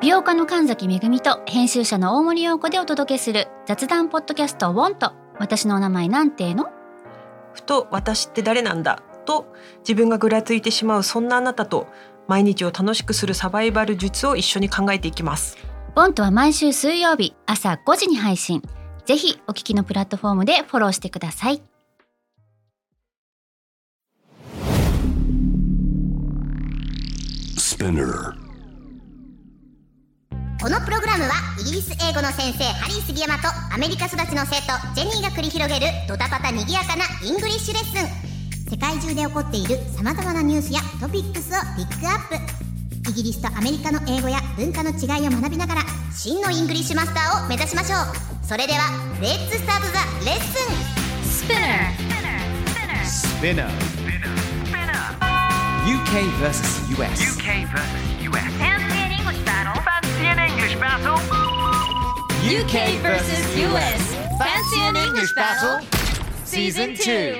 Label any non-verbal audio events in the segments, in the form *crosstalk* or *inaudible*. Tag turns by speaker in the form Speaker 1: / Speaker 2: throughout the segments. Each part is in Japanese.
Speaker 1: 美容家の神崎めぐみと編集者の大森洋子でお届けする雑談ポッドキャストウォンと私のお名前なんての
Speaker 2: ふと私って誰なんだと自分がぐらついてしまうそんなあなたと毎日を楽しくするサバイバル術を一緒に考えていきます
Speaker 1: ウォンとは毎週水曜日朝5時に配信ぜひお聞きのプラットフォームでフォローしてください
Speaker 3: このプログラムはイギリス英語の先生ハリー杉山とアメリカ育ちの生徒ジェニーが繰り広げるドタパタにぎやかなイングリッシュレッスン世界中で起こっている様々なニュースやトピックスをピックアップイギリスとアメリカの英語や文化の違いを学びながら真のイングリッシュマスターを目指しましょうそれではレッツスタートザレッスン
Speaker 4: Spinner. UK versus US.
Speaker 5: UK versus US. Fancy an English battle. Fancy an English battle.
Speaker 4: UK versus US. Fancy an English battle? Season 2.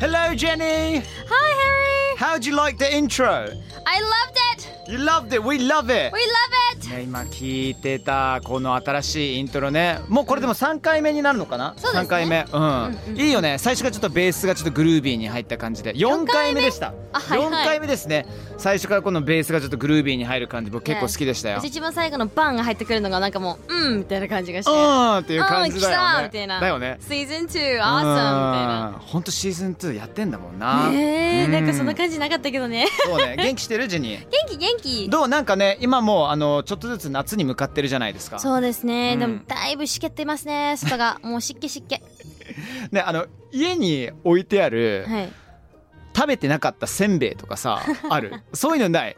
Speaker 4: Hello, Jenny.
Speaker 6: Hi,
Speaker 4: How'd you like the intro?
Speaker 6: Harry! I loved it!
Speaker 4: You loved it. We love it.
Speaker 6: We love it!
Speaker 4: ね、今聞いてたこの新しいイントロねもうこれでも3回目になるのかな、
Speaker 6: そうですね
Speaker 4: 3回目、うん
Speaker 6: うん
Speaker 4: いいよね最初がちょっとベースがちょっとグルービーに入った感じで4回目でした
Speaker 6: あはいはい
Speaker 4: 4回目ですね最初からこのベースがちょっとグルービーに入る感じ僕結構好きでしたよ、
Speaker 6: 私一番最後のバンが入ってくるのがなんかもう、うんみたいな感じがして。
Speaker 4: う
Speaker 6: うん、
Speaker 4: んっていう感じだよ
Speaker 6: 来た
Speaker 4: ね
Speaker 6: みたいな。
Speaker 4: だよね
Speaker 6: Season 2, awesome! みたいな。
Speaker 4: ほんとシーズン2やってんだもんな
Speaker 6: ねえ、
Speaker 4: う
Speaker 6: なんかそんな感じなかったけ
Speaker 4: *laughs*
Speaker 6: どね。
Speaker 4: そうね元気してるジェニー
Speaker 6: 元気元気
Speaker 4: どうなんかね今もうあのちょっとずつ夏に向かってるじゃないですか
Speaker 6: そうですね、
Speaker 4: うん
Speaker 6: でもだいぶ湿気ってますね、外が。もう湿
Speaker 4: *laughs*
Speaker 6: 気湿気。
Speaker 4: ねあの家に置いてある、
Speaker 6: はい。
Speaker 4: 食べてなかったせんべいとか
Speaker 6: *laughs*
Speaker 4: さあるそういうのない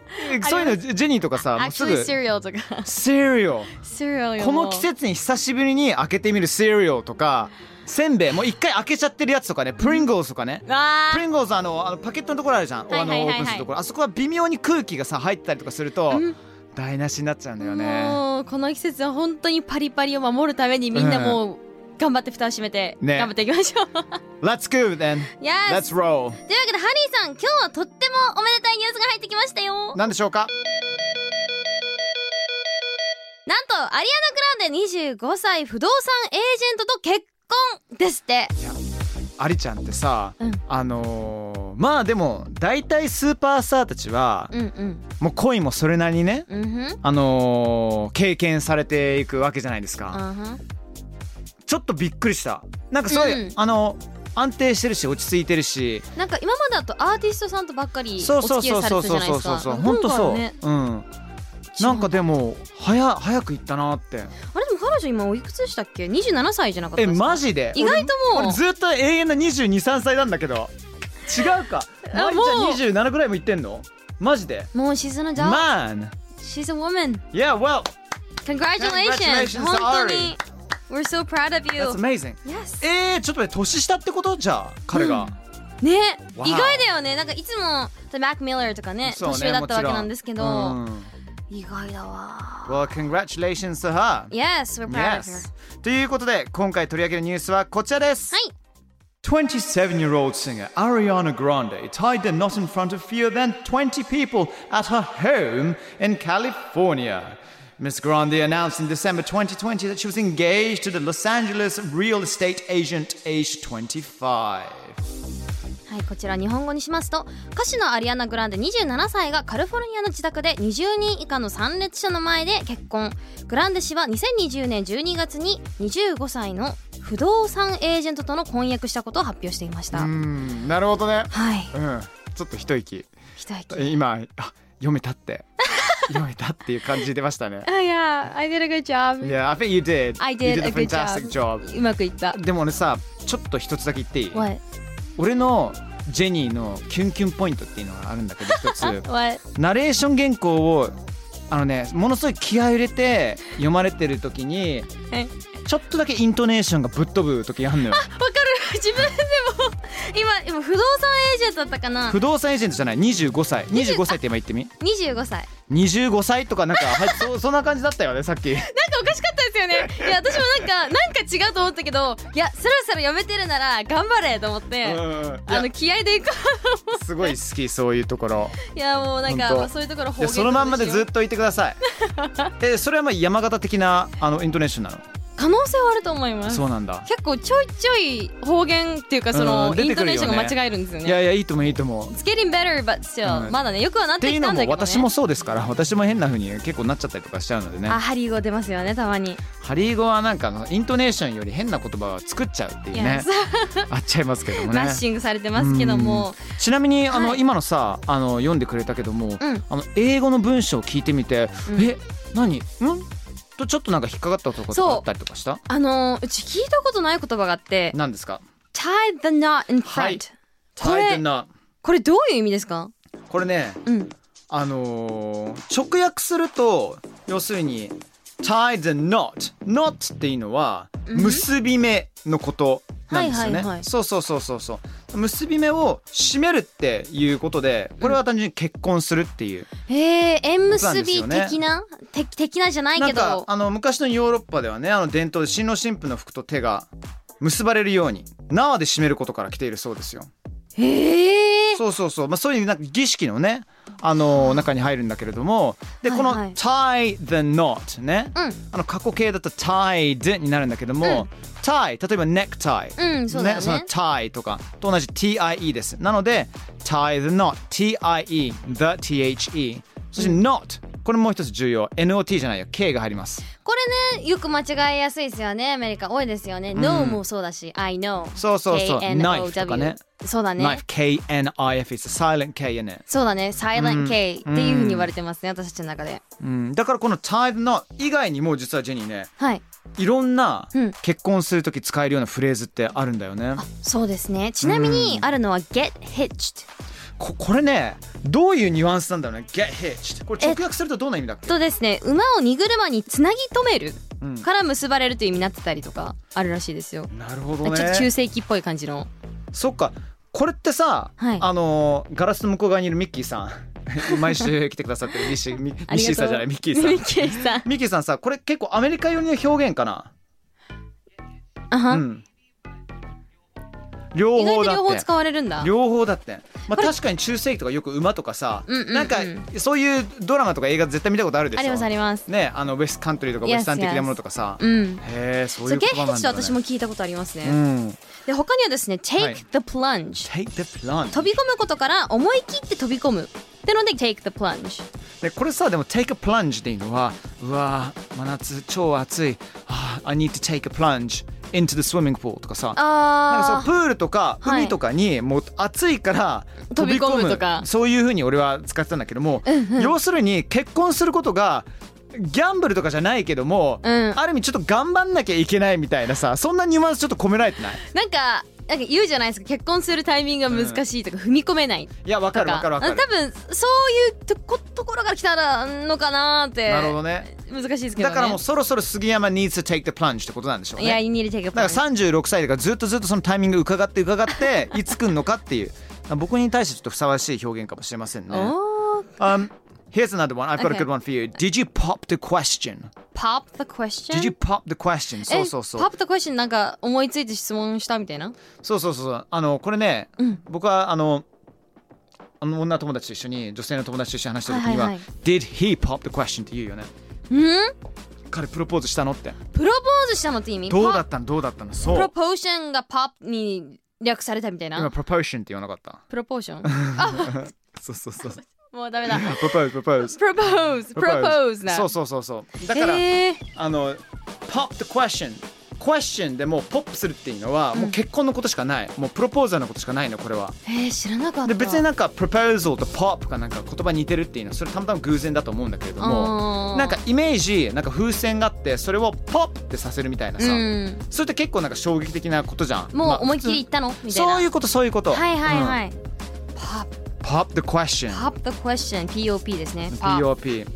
Speaker 4: そういうのジェニーとかさもうす
Speaker 6: Actually,
Speaker 4: ぐ
Speaker 6: cereal とか。 *laughs*
Speaker 4: シリオ
Speaker 6: cereal よ
Speaker 4: この季。節に久しぶりに開けてみるシリオとかせんべいもう一回開けちゃってるやつとかねプリンゴーズとかね
Speaker 6: わ
Speaker 4: プリンゴーズあのあのパケットのところあるじゃん、
Speaker 6: はいはいはいはい
Speaker 4: あのオープンするところあそこは微妙に空気がさ入ってたりとかすると、
Speaker 6: うん
Speaker 4: 台無しになっちゃうんだよね
Speaker 6: もう、この季節は本当にパリパリを守るためにみんなもう、頑張って蓋を閉めて、
Speaker 4: ね
Speaker 6: 頑張っていきましょう。
Speaker 4: Let's go then
Speaker 6: Yes!
Speaker 4: Let's roll
Speaker 6: というわけでハリーさん今日はとってもおめでたいニュースが入ってきましたよなんと
Speaker 4: 何でしょうか
Speaker 6: アリアナ・グランデ25歳不動産エージェントと結婚ですって
Speaker 4: アリちゃんってさ、
Speaker 6: うん
Speaker 4: あのーまあでも大体スーパースターたちは、
Speaker 6: うんうん
Speaker 4: もう恋もそれなりにね
Speaker 6: うんふん
Speaker 4: あのー経験されていくわけじゃないですか、
Speaker 6: あは
Speaker 4: ちょっとびっくりしたなんかすごい、
Speaker 6: うん
Speaker 4: あの安定してるし落ち着いてるし
Speaker 6: なんか今までだとアーティストさんとばっかりお
Speaker 4: そう
Speaker 6: 付
Speaker 4: そう
Speaker 6: き合
Speaker 4: そう
Speaker 6: いさ
Speaker 4: そ
Speaker 6: れ
Speaker 4: う
Speaker 6: てたじ
Speaker 4: そ
Speaker 6: ゃ
Speaker 4: うそう
Speaker 6: ないですか
Speaker 4: ほんと
Speaker 6: 今回
Speaker 4: そ
Speaker 6: は
Speaker 4: う、
Speaker 6: ね
Speaker 4: うんなんかでも早早く行ったなって
Speaker 6: あれでも彼女今おいくつでしたっけ27歳じゃなかった
Speaker 4: え
Speaker 6: ですか
Speaker 4: マジで
Speaker 6: 意外ともう
Speaker 4: 俺俺ずっと永遠の2 2 3歳なんだけど違うかマ
Speaker 6: あ
Speaker 4: リちゃん27ぐらいも行ってんのマジで
Speaker 6: もう she's an adult、
Speaker 4: Man
Speaker 6: she's a woman
Speaker 4: Yeah well
Speaker 6: congratulations
Speaker 4: Congratulations,
Speaker 6: 本当に we're so proud of you
Speaker 4: that's amazing
Speaker 6: yes
Speaker 4: えー、ちょっと待って年下ってことじゃあ彼が、
Speaker 6: ね、
Speaker 4: Wow
Speaker 6: 意外だよねなんかいつもマック・ミラーとかね
Speaker 4: そうね
Speaker 6: 年上だったわけ
Speaker 4: もちろ
Speaker 6: なんですけど、
Speaker 4: うん
Speaker 6: 意外だわ
Speaker 4: Well, congratulations to her.
Speaker 6: Yes, we're proud of her
Speaker 4: Yes. ということで、今回取り上げるニュースはこちらです。
Speaker 6: はい
Speaker 4: 27-year-old singer Ariana Grande tied the knot in front of fewer than 20 people at her home in California. Miss Grande announced in December 2020 that she was engaged to the Los Angeles real estate agent aged 25.
Speaker 6: はいこちら日本語にしますと歌手のアリアナ・グランデ27歳がカリフォルニアの自宅で20人以下の参列者の前で結婚グランデ氏は2020年12月に25歳の不動産エージェントとの婚約したことを発表していました、
Speaker 4: うん、Hmm, なるほどね。
Speaker 6: はい
Speaker 4: うん、ちょっと一息。
Speaker 6: 一息
Speaker 4: 今、あ、読めたって。
Speaker 6: *laughs*
Speaker 4: 読めたっていう感じ出ましたね。
Speaker 6: あいや I did a good job
Speaker 4: Yeah, I think you did.
Speaker 6: I
Speaker 4: You
Speaker 6: did
Speaker 4: did a
Speaker 6: a good
Speaker 4: fantastic job.
Speaker 6: job うまくいった
Speaker 4: でも俺さ、ちょっと一つだけ言っていい
Speaker 6: What?
Speaker 4: 俺のジェニーのキュンキュンポイントっていうのがあるんだけど、一
Speaker 6: *laughs*
Speaker 4: つ。
Speaker 6: What?
Speaker 4: ナレーション原稿を、あのね、ものすごい気合い入れて読まれてる時に
Speaker 6: え、
Speaker 4: ちょっとだけイントネーションがぶっ飛ぶ時あんのよ。
Speaker 6: *laughs* わかる自分でも今今不動産エージェントだったかな
Speaker 4: 不動産エージェントじゃない、25歳。25歳って今言ってみ
Speaker 6: 25歳
Speaker 4: ?25 歳とかなんか、はい、そそんな感じだったよね、さっき。
Speaker 6: なんかおかしかったですですよねいや私もなんかなんか違うと思ったけどいやそろそろやめてるなら頑張れと思って、
Speaker 4: うん
Speaker 6: あの気合でいこ
Speaker 4: すごい好きそういうとこ
Speaker 6: *laughs*
Speaker 4: ろ
Speaker 6: ういやもうなん
Speaker 4: 本
Speaker 6: か
Speaker 4: 当
Speaker 6: そういうところ方
Speaker 4: いや
Speaker 6: 言
Speaker 4: そのまんまでずっ
Speaker 6: と
Speaker 4: といてください
Speaker 6: *laughs*
Speaker 4: えそれはまあ山形的なあのイントネーションなの
Speaker 6: 可能性はあると思います
Speaker 4: そうなんだ
Speaker 6: 結構ちょいちょい方言っていうかその、
Speaker 4: うん出
Speaker 6: イ
Speaker 4: て
Speaker 6: ン
Speaker 4: く
Speaker 6: ト
Speaker 4: るよね
Speaker 6: ネーションが間違えるんですよね
Speaker 4: いやいやいいともいいとも
Speaker 6: It's getting better but still、
Speaker 4: うん
Speaker 6: まだねよくはなっ
Speaker 4: って
Speaker 6: て
Speaker 4: いう
Speaker 6: き
Speaker 4: の
Speaker 6: たん
Speaker 4: も
Speaker 6: だけど、ね、
Speaker 4: 私もそうですから私も変な風に結構なっちゃったりとかしちゃうのでね
Speaker 6: あハリー語出ますよねたまに
Speaker 4: ハリー語はなんかあのイントネーションより変な言葉を作っちゃうっていうね
Speaker 6: *laughs* Yes
Speaker 4: あっちゃいますけども
Speaker 6: バ
Speaker 4: ね
Speaker 6: ッシングされてますけども
Speaker 4: ちなみにあの、
Speaker 6: はい
Speaker 4: 今のさあの読んでくれたけども、
Speaker 6: うん
Speaker 4: あの英語の文章を聞いてみて、
Speaker 6: うん
Speaker 4: え何んとちょっとなんか引っかかったところとかあったりとかした
Speaker 6: あのーうち聞いたことない言葉があって
Speaker 4: 何ですか
Speaker 6: tie the knot in front、
Speaker 4: はい
Speaker 6: これ
Speaker 4: Tied knot
Speaker 6: これどういう意味ですか
Speaker 4: これね
Speaker 6: うん
Speaker 4: あのー直訳すると要するに tie the knot knot っていうのは
Speaker 6: うん
Speaker 4: 結び目のことなんですよね、
Speaker 6: はいはいはい
Speaker 4: そうそうそうそうそう結び目を締めるっていうことでこれは単純に結婚するっていう、
Speaker 6: へえ縁
Speaker 4: そうなん
Speaker 6: 結
Speaker 4: ですよ
Speaker 6: び
Speaker 4: ね
Speaker 6: 的なて的なじゃない
Speaker 4: な
Speaker 6: け
Speaker 4: んか
Speaker 6: ど
Speaker 4: あの昔のヨーロッパではねあの伝統で新郎新婦の服と手が結ばれるように縄で締めることから来ているそうですよ
Speaker 6: へえ
Speaker 4: そうそうそう、まあ、そういうなんか儀式のね、あのー中に入るんだけれどもで
Speaker 6: は
Speaker 4: こ
Speaker 6: い
Speaker 4: の
Speaker 6: はい
Speaker 4: 「tie the knot ね」
Speaker 6: うん
Speaker 4: あの過去形だと「tied」になるんだけども「tie」例えば「necktie」
Speaker 6: うんそうだよね
Speaker 4: その「tie」とかと同じ「tie」ですなので「tie the knot」「tie」「the the」そして「knot」これもう一つ重要 NOT じゃないよ K が入ります
Speaker 6: これねよく間違えやすいですよねアメリカ多いですよね、No もそうだし I know
Speaker 4: そうそうそう
Speaker 6: KNOW
Speaker 4: knife とかね
Speaker 6: そうだね
Speaker 4: knife K-N-I-F it's a silent K in it
Speaker 6: そうだね silent K っていうふうに言われてますね、私たちの中で
Speaker 4: うんだからこの tie the knot 以外にも実はジェニーね
Speaker 6: はい
Speaker 4: いろんな
Speaker 6: うん
Speaker 4: 結婚するとき使えるようなフレーズってあるんだよね、
Speaker 6: そうですねちなみにあるのは get hitched
Speaker 4: ここれねどういうニュアンスなんだろうね get hitched これ直訳するとどんな意味だっけ
Speaker 6: とですね馬を荷車につなぎ止める
Speaker 4: うん
Speaker 6: から結ばれるという意味になってたりとかあるらしいですよ、
Speaker 4: なるほ
Speaker 6: ちょ
Speaker 4: ど
Speaker 6: っと中
Speaker 4: ね
Speaker 6: 世紀っぽい感じの
Speaker 4: そっかこれってさ、
Speaker 6: はい
Speaker 4: あのーガラスの向こう側にいるミッキーさん *laughs* 毎週来てくださってるミッシーミミ
Speaker 6: *laughs* あ
Speaker 4: ッ
Speaker 6: りがとう
Speaker 4: シーさんじゃないミッキーさん
Speaker 6: ミッキー
Speaker 4: *laughs*
Speaker 6: さん
Speaker 4: ミッキーさんさこれ結構アメリカ寄りの表現かな
Speaker 6: あは
Speaker 4: うん両
Speaker 6: 意外
Speaker 4: 方
Speaker 6: と
Speaker 4: だっ
Speaker 6: 両方
Speaker 4: て
Speaker 6: 使われるんだ
Speaker 4: 両方だって、まあ、
Speaker 6: これ
Speaker 4: 確かに中世紀とかよく馬とかさ、
Speaker 6: うんうんうん
Speaker 4: なんかそういうドラマとか映画絶対見たことあるでしょ
Speaker 6: ありますあります
Speaker 4: ねあのウェストカントリーとかウ
Speaker 6: Yes,
Speaker 4: ェスタン的なものとかさ、
Speaker 6: うん
Speaker 4: へえそうい
Speaker 6: そう
Speaker 4: 言
Speaker 6: うゲ
Speaker 4: 葉
Speaker 6: ッ
Speaker 4: な
Speaker 6: ヘ
Speaker 4: ん
Speaker 6: チ
Speaker 4: だ、
Speaker 6: と
Speaker 4: ね、
Speaker 6: 私も聞いたことあります
Speaker 4: う
Speaker 6: ね、
Speaker 4: ん
Speaker 6: で他にはですね
Speaker 4: はい
Speaker 6: take the plunge、
Speaker 4: Take the
Speaker 6: 飛
Speaker 4: plunge
Speaker 6: び込むことから思い切って飛び込むってので take the plunge
Speaker 4: でこれさでも Take a plunge っていうのはうわー真夏超暑い、あー I need to take a plunge into the swimming pool とかさなんか
Speaker 6: あ
Speaker 4: そうプールとか
Speaker 6: はい
Speaker 4: 海とかにもう暑いから
Speaker 6: 飛び込むとか
Speaker 4: そういうふうに俺は使ってたんだけども、要するに結婚することがギャンブルとかじゃないけども、
Speaker 6: うん
Speaker 4: ある意味ちょっと頑張んなきゃいけないみたいなさそんなニュアンスちょっと込められてない
Speaker 6: なんかなんか言うじゃないですか結婚するタイミングが難しいとか、踏み込めない
Speaker 4: いやわ
Speaker 6: と
Speaker 4: か
Speaker 6: か
Speaker 4: るわかるわかる
Speaker 6: 多分そういうとこところから来たらのかなーって
Speaker 4: なるほどね
Speaker 6: 難しいですけどね
Speaker 4: だからもうそろそろ杉山 needs to take the plunge ってことなんでしょう
Speaker 6: いや
Speaker 4: ね
Speaker 6: you need to take a
Speaker 4: だ
Speaker 6: plunge
Speaker 4: から36歳だからずっとずっとそのタイミング伺って伺って
Speaker 6: *laughs*
Speaker 4: いつ来んのかっていう僕に対してちょっとふさわしい表現かもしれませんね。
Speaker 6: おー
Speaker 4: Um, here's another one. I've got a
Speaker 6: Okay.
Speaker 4: good one for you. Did you pop the question?
Speaker 6: pop the question
Speaker 4: Did you pop the question? そうそうそう。
Speaker 6: え pop the question なんか思いついて質問したみたいな
Speaker 4: そうそうそう。あの、これね、
Speaker 6: うん
Speaker 4: 僕はあの、あの女友達と一緒に、女性の友達と一緒に話してる時には、
Speaker 6: はいはいは
Speaker 4: Did he pop the question? って言うよね。
Speaker 6: うん
Speaker 4: 彼プロポーズしたのって。
Speaker 6: プロポーズしたのって意味
Speaker 4: どうだ
Speaker 6: Pop-
Speaker 4: ったのどうだったの
Speaker 6: プ
Speaker 4: そ
Speaker 6: ロ
Speaker 4: う。
Speaker 6: ポーションが pop に略されたみたい
Speaker 4: 今、
Speaker 6: な
Speaker 4: プロポーションって言わなかった。
Speaker 6: プロポ
Speaker 4: *laughs*
Speaker 6: ーション
Speaker 4: そうそうそう。
Speaker 6: もうダメだ
Speaker 4: プロポーズ、プロポーズ。
Speaker 6: プロポーズプロポーズだ
Speaker 4: そうそうそうそう。だから、
Speaker 6: えー
Speaker 4: あの、pop the question。question でもうポップするっていうのは、もう結婚のことしかない。もうプロポーザーのことしかないの、これは。
Speaker 6: えー知らなかった
Speaker 4: で別になんか proposal と pop がなんか言葉似てるっていうのはそれたまたま偶然だと思うんだけれど
Speaker 6: あ
Speaker 4: も
Speaker 6: ー
Speaker 4: なんかイメージなんか風船があってそれを pop ってさせるみたいなさ、
Speaker 6: うん
Speaker 4: それって結構なんか衝撃的なことじゃん
Speaker 6: も
Speaker 4: ま
Speaker 6: う
Speaker 4: あ
Speaker 6: 思いっきり言ったのみたいな
Speaker 4: そういうことそういうこと、
Speaker 6: はいはいはいい、パッ
Speaker 4: うん pop the question
Speaker 6: パッ the question POP ですねパッ
Speaker 4: POP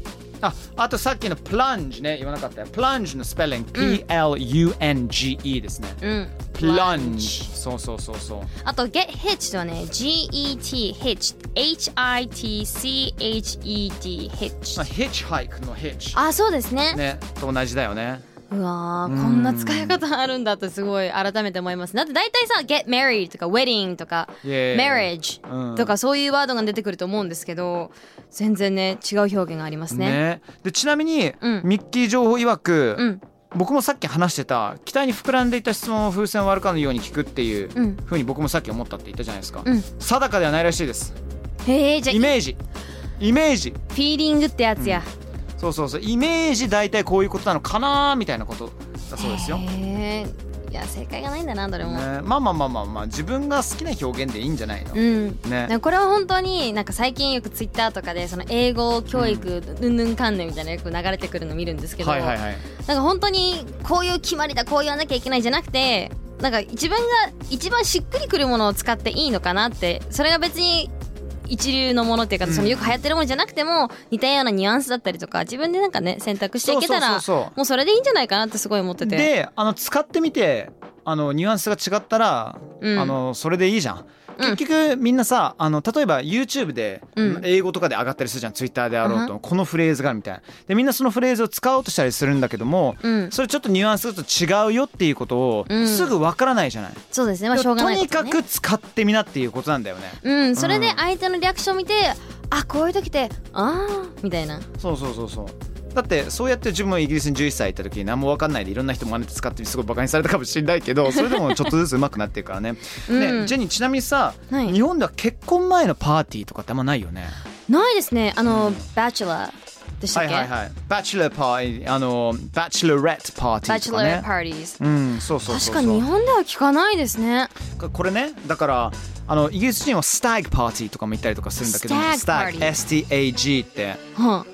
Speaker 4: ああとさっきの plunge ね言わなかったよ plunge のスペリング PLUNGE ですね、
Speaker 6: うん、
Speaker 4: plunge そうそうそうそう
Speaker 6: あと get hitched はね GET hitched H-I-T-C-H-E-D
Speaker 4: まあ
Speaker 6: hitched
Speaker 4: hitchhike の hitch
Speaker 6: あそうですね
Speaker 4: ねと同じだよね
Speaker 6: うわ
Speaker 4: う
Speaker 6: ー
Speaker 4: ん
Speaker 6: こんな使い方あるんだってすごい改めて思いますだって大体さ「get married」とか「wedding」とか「
Speaker 4: Yeah.
Speaker 6: marriage」
Speaker 4: うん
Speaker 6: とかそういうワードが出てくると思うんですけど全然ね違う表現がありますね
Speaker 4: ねでちなみに、
Speaker 6: うん
Speaker 4: ミッキー情報曰く、
Speaker 6: うん
Speaker 4: 僕もさっき話してた期待に膨らんでいた質問を風船を割るかのように聞くっていう
Speaker 6: うん
Speaker 4: ふうに僕もさっき思ったって言ったじゃないですか、
Speaker 6: うん
Speaker 4: 定かではないらしいです
Speaker 6: へえじゃあ
Speaker 4: イメージイメージ
Speaker 6: フィーリングってやつや、
Speaker 4: そうそうそうイメージ大体こういうことなのかなーみたいなことだそうですよ、ね、
Speaker 6: へえいや正解がないんだなどれも、
Speaker 4: まあまあまあまあまあ自分が好きな表現でいいんじゃないの、
Speaker 6: うん
Speaker 4: ね
Speaker 6: なんかこれは本当になんか最近よくツイッターとかでその英語教育うんぬんかんぬんみたいなのよく流れてくるの見るんですけど、
Speaker 4: はいはいはい
Speaker 6: なんか本当にこういう決まりだこう言わなきゃいけないじゃなくてなんか自分が一番しっくりくるものを使っていいのかなってそれが別に一流のものっていうか、
Speaker 4: うん
Speaker 6: そのよく流行ってるものじゃなくても似たようなニュアンスだったりとか自分でなんかね選択していけたら
Speaker 4: そうそうそうそう
Speaker 6: もうそれでいいんじゃないかなってすごい思ってて
Speaker 4: であの使ってみてあのニュアンスが違ったら、
Speaker 6: うん
Speaker 4: あのそれでいいじゃん
Speaker 6: うん
Speaker 4: 結局みんなさあの例えば YouTube で、
Speaker 6: うん
Speaker 4: 英語とかで上がったりするじゃん Twitter であろうと、
Speaker 6: う
Speaker 4: このフレーズがみたいなでみんなそのフレーズを使おうとしたりするんだけども、
Speaker 6: うん
Speaker 4: それちょっとニュアンスと違うよっていうことを、
Speaker 6: うん
Speaker 4: すぐわからないじゃない、
Speaker 6: そうですねまあしょうがない
Speaker 4: と
Speaker 6: こ
Speaker 4: に
Speaker 6: と
Speaker 4: か
Speaker 6: ね
Speaker 4: く使ってみなっていうことなんだよね
Speaker 6: うんそれで相手のリアクション見て、あこういう時ってああみたいな
Speaker 4: そうそうそうそうだってそうやって自分もイギリスに11歳行った時に何も分かんないでいろんな人真似て使ってすごいバカにされたかもしれないけ
Speaker 6: *laughs*
Speaker 4: どそれでもちょっとずつ上手くなってるからね。
Speaker 6: うん
Speaker 4: ねジェニーちなみにさ、
Speaker 6: はい
Speaker 4: 日本では結婚前のパーティーとかってあんまないよね。
Speaker 6: ないですねあのバチュラーでした
Speaker 4: は
Speaker 6: っ
Speaker 4: い
Speaker 6: け、
Speaker 4: はいはい。バチェラーパーティーあのバチェラレットパーティ
Speaker 6: バ
Speaker 4: ー
Speaker 6: チ
Speaker 4: と
Speaker 6: ュ
Speaker 4: か
Speaker 6: ラー
Speaker 4: ね
Speaker 6: パ。ーティーズ
Speaker 4: うん、そうそう
Speaker 6: 確
Speaker 4: そうそう
Speaker 6: かに日本では聞かないですね
Speaker 4: これねだからあのイギリス人はスタッグパーティーとかも言ったりとかするんだけど
Speaker 6: スタッグ
Speaker 4: stag STAG って
Speaker 6: は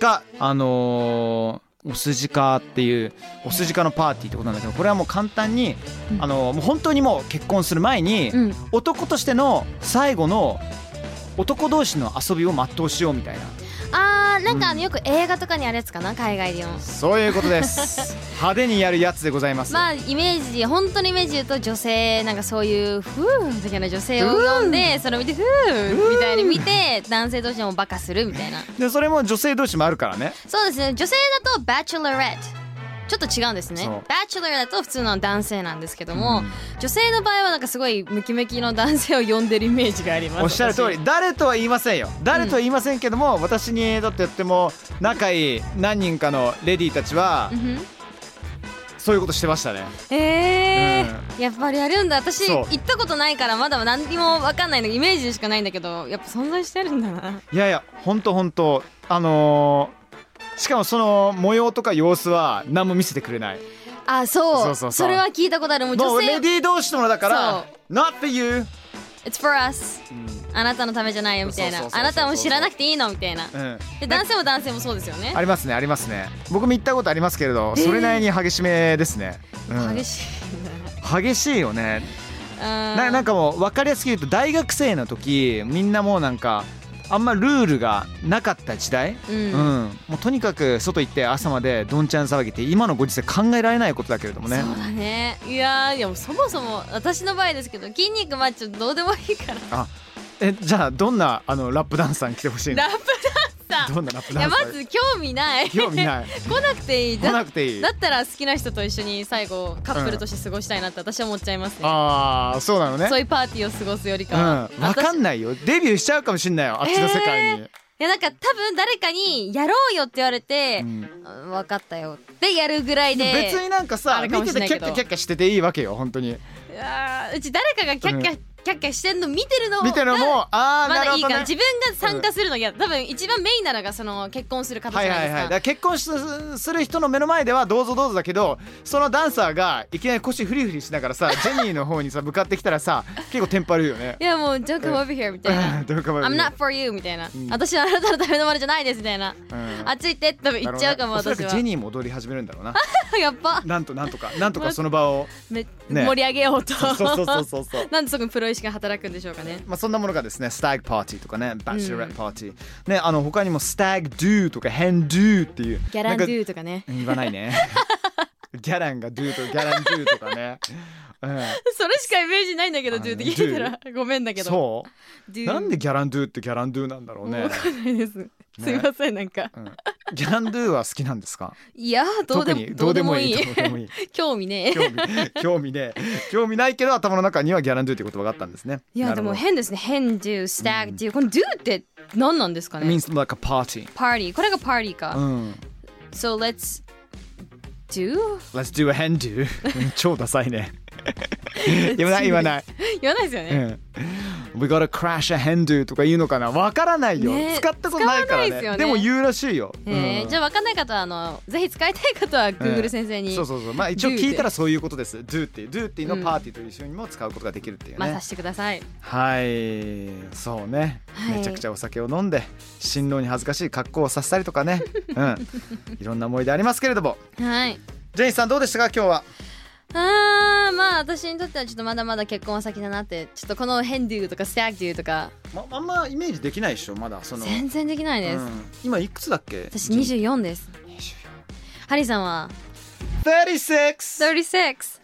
Speaker 4: 鹿あのーお筋化っていうお筋化のパーティーってことなんだけどこれはもう簡単に、あのーもう本当にもう結婚する前に、
Speaker 6: うん
Speaker 4: 男としての最後の男同士の遊びを全うしようみたいな
Speaker 6: ああーなんかあのよく映画とかにあるやつかな海外でも
Speaker 4: そういうことです *laughs* 派手にやるやつでございます、
Speaker 6: まあイメージ本当のイメージ言うと女性なんかそういうふーみたいな女性を呼んでそれを見てふーみたいに見て男性同士でもバカするみたいな
Speaker 4: でそれも女性同士もあるからね
Speaker 6: そうですね女性だとバチュラレットちょっと違うんですね
Speaker 4: そう
Speaker 6: バチュラーだと普通の男性なんですけども、女性の場合はなんかすごいムキムキの男性を呼んでるイメージがあります
Speaker 4: おっしゃる通り
Speaker 6: 私
Speaker 4: 誰とは言いませんよ誰とは言いませんけども、私にだってやっても仲いい何人かのレディーたちは、
Speaker 6: うん
Speaker 4: そういうことしてましたね
Speaker 6: えーやっぱりやるんだ私
Speaker 4: そう
Speaker 6: 行ったことないからまだ何にも分かんないのイメージしかないんだけどやっぱ存在してるんだない
Speaker 4: やいや本当本当あのーしかもその模様とか様子は何も見せてくれない
Speaker 6: あそう
Speaker 4: そ
Speaker 6: そう
Speaker 4: そうそう
Speaker 6: れは聞いたことあるもう
Speaker 4: もう
Speaker 6: 女
Speaker 4: レ
Speaker 6: 性
Speaker 4: ディー同士のものだから
Speaker 6: そ
Speaker 4: 「Not for you
Speaker 6: It's for us」あなたのためじゃないよみた
Speaker 4: そ
Speaker 6: いな
Speaker 4: うそうそうそう
Speaker 6: あなたも知らなくていいのみたいな
Speaker 4: うん、うん
Speaker 6: で男性も男性もそうですよね
Speaker 4: ありますねありますね僕も行ったことありますけれどそれなりに激しめですね、うん
Speaker 6: 激し
Speaker 4: 激しいよね
Speaker 6: いな
Speaker 4: ななん
Speaker 6: か
Speaker 4: かもう分かりやすく言うと大学生の時みんなもうなんかあんまルールがなかった時代、
Speaker 6: うん
Speaker 4: もうとにかく外行って朝までどんちゃん騒ぎって今のご時世考えられないことだけれどもね
Speaker 6: そうだねいやーいやもうそもそも私の場合ですけど筋肉マッチョどうでもいいから
Speaker 4: あえじゃあどんなあのラップダンサーに来てほしいの
Speaker 6: ラップダンサ
Speaker 4: どんなラップ
Speaker 6: ーい
Speaker 4: ダ
Speaker 6: や
Speaker 4: ンサ
Speaker 6: ま
Speaker 4: ー
Speaker 6: ず興味ない
Speaker 4: 興味ない
Speaker 6: 来 *laughs* なくていい
Speaker 4: 来なくていい
Speaker 6: だったら好きな人と一緒に最後カップルとして過ごしたいなって私は思っちゃいますね、
Speaker 4: ああそうなのね
Speaker 6: そういうパーティーを過ごすより
Speaker 4: う
Speaker 6: か
Speaker 4: ん、
Speaker 6: は、
Speaker 4: わか
Speaker 6: 私い
Speaker 4: んないよデビューしちゃうかもしんないよあっちの世界に、
Speaker 6: やなんか多分誰かにやろうよって言われて、うん分かったよってやるぐらいで
Speaker 4: 別になんかさ
Speaker 6: ある
Speaker 4: 見
Speaker 6: かも
Speaker 4: て
Speaker 6: しん
Speaker 4: て
Speaker 6: ない
Speaker 4: キ
Speaker 6: け
Speaker 4: ャッキ
Speaker 6: ど
Speaker 4: ャキャッキャしてていいわけよ本当に
Speaker 6: いやーうち誰かがキャッキャ、
Speaker 4: う
Speaker 6: キャッキャしてんの見てるの
Speaker 4: 見てるのもああ
Speaker 6: ま
Speaker 4: なる
Speaker 6: だ
Speaker 4: ほ
Speaker 6: いい
Speaker 4: ど
Speaker 6: か
Speaker 4: ね
Speaker 6: ら自分が参加するのいや多分一番メインなのがその結婚する方じゃ
Speaker 4: は
Speaker 6: ないいで
Speaker 4: は
Speaker 6: すか,、
Speaker 4: いはい、だから結婚すする人の目の前ではどうぞどうぞだけどそのダンサーがいきなり腰フリフリしながらさジェニーの方にさ向かってきたらさ結構テンパるよね
Speaker 6: い。やもう「Don't come over here」みたい
Speaker 4: *laughs*
Speaker 6: な
Speaker 4: どうか
Speaker 6: 「
Speaker 4: も
Speaker 6: I'm not for you」みたいな、私はあなたのためのものじゃないです」みたいな、
Speaker 4: ん
Speaker 6: あっち行って多分行っちゃうかも
Speaker 4: なるほどねおそら
Speaker 6: 私
Speaker 4: く
Speaker 6: は
Speaker 4: ジェニーも踊り始めるんだろう
Speaker 6: *laughs*
Speaker 4: な
Speaker 6: やっぱ
Speaker 4: なんとなんとかなんとかその場を
Speaker 6: め、
Speaker 4: ね
Speaker 6: 盛り上げようと
Speaker 4: そうそうそうそうそう
Speaker 6: *laughs* なんでそこにプロ意識が働くんでしょうかね
Speaker 4: まあそんなものがですねスタッグパーティーとかねバチュレットパーティー、ねあの他にもスタッグドゥとかヘンドゥっていう
Speaker 6: ギャラン
Speaker 4: な
Speaker 6: ド
Speaker 4: ん
Speaker 6: ゥ
Speaker 4: か
Speaker 6: とかね *laughs*
Speaker 4: 言わないねギャランがドゥとギャランドゥとかね、うん
Speaker 6: それしかイメージないんだけど
Speaker 4: あの
Speaker 6: ドゥって聞いたらごめんだけど
Speaker 4: そう
Speaker 6: ドゥ
Speaker 4: なんでギャランドゥってギャランドゥなんだろうね
Speaker 6: わかんないですすいませんなんか
Speaker 4: ギャンドゥは好きなんですか
Speaker 6: いやーどうで
Speaker 4: 特
Speaker 6: も
Speaker 4: に
Speaker 6: ど
Speaker 4: ど
Speaker 6: う
Speaker 4: う
Speaker 6: で
Speaker 4: で
Speaker 6: も
Speaker 4: も
Speaker 6: い
Speaker 4: い
Speaker 6: い
Speaker 4: いどうでもいい
Speaker 6: *laughs* 興味ねえ
Speaker 4: 興味興味ね興味ないけど頭の中にはギャランドゥって言葉があったんですね
Speaker 6: いやでも
Speaker 4: なるほ
Speaker 6: 変ですね変 do stag do この do って何なんですか
Speaker 4: ど
Speaker 6: ね
Speaker 4: means like a party
Speaker 6: パーティーこれがパーティーか、
Speaker 4: うん
Speaker 6: So let's do
Speaker 4: Let's do a hen do *laughs* 超ダサい
Speaker 6: *laughs*
Speaker 4: ね言わない言わない、
Speaker 6: 言わないですよね、
Speaker 4: うん We gotta crash a hen do とか言うのかなわからないよ、
Speaker 6: ね
Speaker 4: 使ったことないからね
Speaker 6: 使わないですよね
Speaker 4: でも言うらしいよ、
Speaker 6: えー
Speaker 4: うん
Speaker 6: じゃあ分かんない方はあのぜひ使いたい方は Google 先生に、
Speaker 4: そうそうそうまあ一応聞いたらそういうことです do っていう do っていうのをパーティーと一緒にも使うことができるっていうね、
Speaker 6: まあさしてください
Speaker 4: はいそうね、
Speaker 6: はい
Speaker 4: めちゃくちゃお酒を飲んで新郎に恥ずかしい格好をさせたりとか
Speaker 6: *laughs*
Speaker 4: ね、うん、いろんな思い出ありますけれども
Speaker 6: はい
Speaker 4: ジェインさんどうでしたか今日は
Speaker 6: あーまあ私にとってはちょっとまだまだ結婚は先だなってちょっとこの変 do とか stag do とか
Speaker 4: まあんまイメージできないでしょまだその、
Speaker 6: 全然できないです、
Speaker 4: うん今いくつだっけ
Speaker 6: 私24ですハリーさんは
Speaker 4: ?3636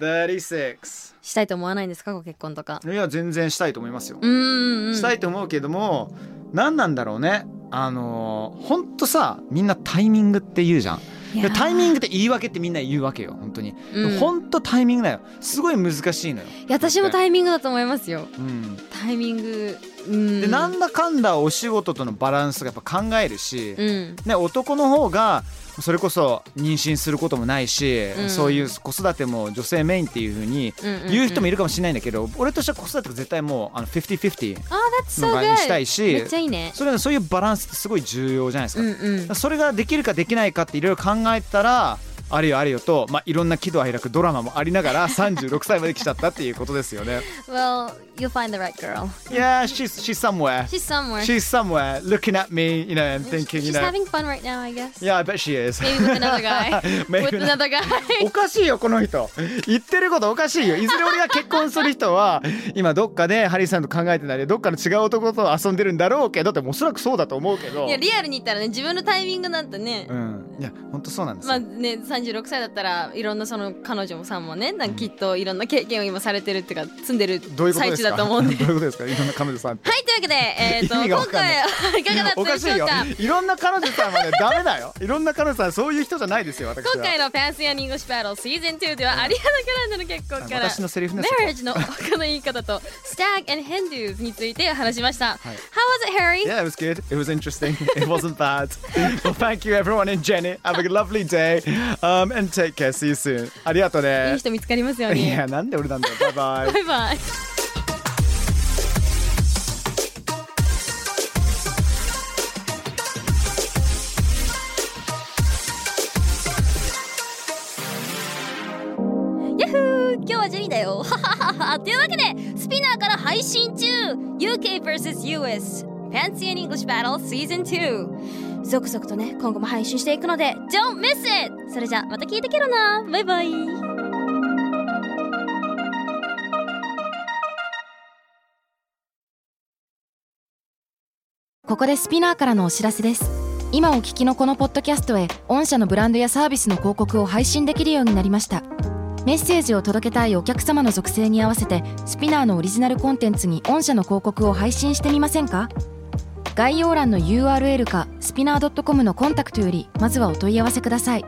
Speaker 6: 36したいと思わないんですかご結婚とか
Speaker 4: いや全然したいと思いますよ
Speaker 6: う、ーんうん
Speaker 4: したいと思うけども何なんだろうねあのーほんとさみんなタイミングって言うじゃん
Speaker 6: い
Speaker 4: で
Speaker 6: や
Speaker 4: タイミングって言い訳ってみんな言うわけよ本当に、
Speaker 6: うん
Speaker 4: ほんとタイミングだよすごい難しいのよ
Speaker 6: いや私も
Speaker 4: イ
Speaker 6: タイミングだと思いますよ
Speaker 4: ミング、
Speaker 6: タイミングう
Speaker 4: うんん、でなんだかんだお仕事とのバランスがやっぱ考えるし、
Speaker 6: うん
Speaker 4: ね、男の方がそれこそ妊娠することもないし、
Speaker 6: うん
Speaker 4: そういう子育ても女性メインっていう風に
Speaker 6: うんうんうん
Speaker 4: 言う人もいるかもしれないんだけど、俺としては子育てが絶対もうあの50-50
Speaker 6: あー that's
Speaker 4: の
Speaker 6: so
Speaker 4: 場にした
Speaker 6: good
Speaker 4: いし、
Speaker 6: めっちゃいいね
Speaker 4: それはそういうバランスってすごい重要じゃないですか
Speaker 6: う。んうん
Speaker 4: それができるかできないかっていろいろ考えたらあれよあれよと、まあ、いろんな喜怒哀楽ドラマもありながら36歳まで来ちゃったっていうことですよね。
Speaker 6: Well you'll find the right girl
Speaker 4: yeah, she's, she's somewhere.
Speaker 6: she's somewhere
Speaker 4: She's somewhere looking at me, you know, and thinking, you
Speaker 6: she's
Speaker 4: know.
Speaker 6: having fun right now I guess
Speaker 4: Yeah, I bet she is.
Speaker 6: maybe with another guy
Speaker 4: *laughs* Maybe
Speaker 6: with
Speaker 4: not.
Speaker 6: another guy
Speaker 4: *laughs* おかしいよこの人言ってることおかしいよいずれ俺が結婚する人は *laughs* 今どっかでハリーさんと考えてないでどっかの違う男と遊んでるんだろうけどっておそらくそうだと思うけど
Speaker 6: いやリアルに言ったらね自分のタイミングなんてね、
Speaker 4: うんいや本当そうなんです
Speaker 6: まあ
Speaker 4: よ、
Speaker 6: ね36歳だったらいろんなその彼女もさんもねなんかきっといろんな経験を今されてるっていうか積んでる
Speaker 4: どういうこと
Speaker 6: 最
Speaker 4: ですか
Speaker 6: 中
Speaker 4: *laughs*
Speaker 6: だと思うんで
Speaker 4: どういうことですかいろんな彼女さんって
Speaker 6: はいというわ
Speaker 4: *laughs*
Speaker 6: けで、えー、と
Speaker 4: 意味が
Speaker 6: 今
Speaker 4: わかん
Speaker 6: 回
Speaker 4: ない
Speaker 6: はいかがだっ
Speaker 4: お
Speaker 6: た
Speaker 4: か
Speaker 6: で
Speaker 4: し
Speaker 6: し
Speaker 4: い
Speaker 6: ょう
Speaker 4: よ
Speaker 6: か。
Speaker 4: いろんな彼女さんはね、ダメだよ。いろんな彼女さんはそういう人じゃないですよ、私は。
Speaker 6: 今回の「ファンス・ア・ン・グリッシュ・バトル」シーズン2ではアリアナ・グランデの結婚から
Speaker 4: 私のセリフ
Speaker 6: メ
Speaker 4: ですよ
Speaker 6: リージの他の言い方と「スタッグ・ン・ヘンドゥーズ」について話しました。
Speaker 4: い
Speaker 6: How was it, Harry?
Speaker 4: Yeah, it was good. It was interesting. It wasn't bad. well, thank you, everyone, and Jenny. Have a lovely day. Um, and take care. See you soon. ありがとう
Speaker 6: い
Speaker 4: ね
Speaker 6: い。人見つかりますよう
Speaker 4: い
Speaker 6: に。
Speaker 4: や、なんで俺なんだよ。バイバイ
Speaker 6: バ。イバイ。ヤッホー今日はジェニーだよははははというわけでスピナーから配信中 UK vs.US Fancy and English Battle Season 2続々とね今後も配信していくので Don't miss it それじゃまた聞いてけろなバイバイ
Speaker 7: ここでスピナーからのお知らせです今お聞きのこのポッドキャストへ御社のブランドやサービスの広告を配信できるようになりましたメッセージを届けたいお客様の属性に合わせてスピナーのオリジナルコンテンツに御社の広告を配信してみませんか概要欄の URL かスピナー .com のコンタクトよりまずはお問い合わせください